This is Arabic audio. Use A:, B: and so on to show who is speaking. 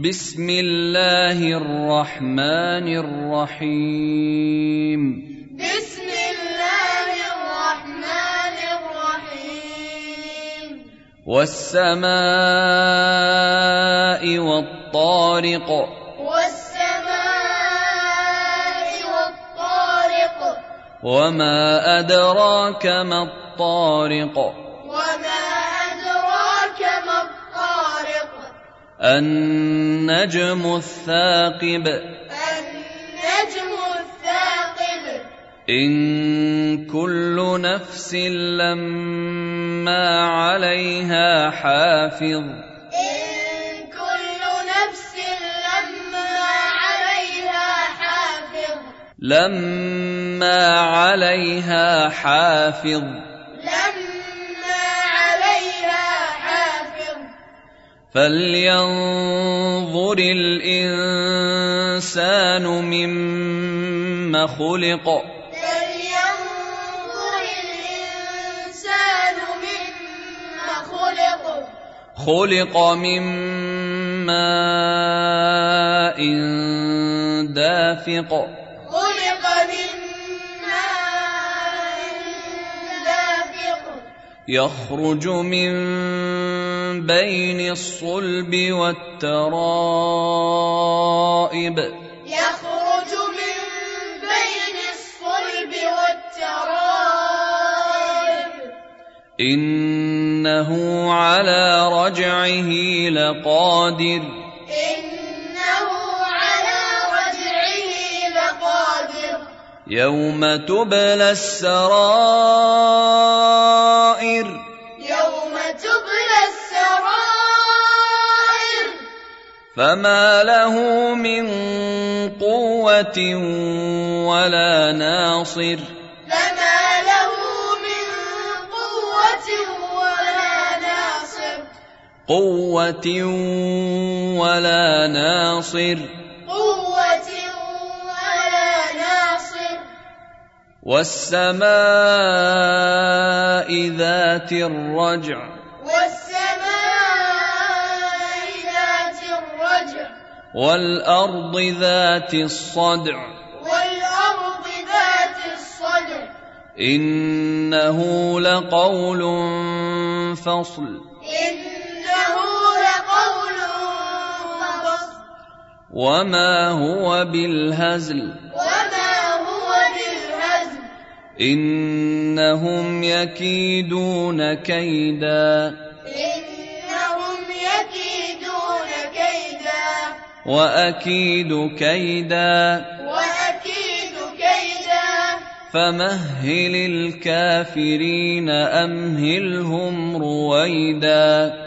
A: بسم الله الرحمن الرحيم
B: بسم الله الرحمن الرحيم
A: والسماء والطارق
B: والسماء والطارق
A: وما أدراك ما الطارق
B: وما أدراك ما الطارق
A: النجم الثاقب
B: النجم الثاقب
A: إن كل نفس لما عليها حافظ
B: إن كل نفس لما عليها حافظ
A: لما عليها حافظ
B: لما عليها حافظ
A: فلينظر الإنسان مما خلق
B: فلينظر الإنسان مما خلق
A: خلق من ماء دافق
B: خلق من ماء دافق
A: يخرج من بين الصلب والترائب
B: يخرج من بين الصلب والترائب
A: إنه على رجعه لقادر
B: إنه على رجعه لقادر
A: يوم تبلى السرائر
B: يوم تبلى السرائر
A: فما له من قوة ولا ناصر
B: فما له من قوة ولا ناصر
A: قوة ولا ناصر
B: قوة ولا ناصر
A: والسماء ذات الرجع
B: والسماء ذات الرجع
A: والأرض ذات الصدع
B: والأرض ذات الصدع
A: إنه لقول فصل
B: إنه لقول فصل
A: وما هو بالهزل
B: وما هو بالهزل
A: إنهم يكيدون كيدا
B: إنهم يكيدون كيدا
A: وأكيد كيدا
B: وأكيد كيدا
A: فمهل الكافرين أمهلهم رويدا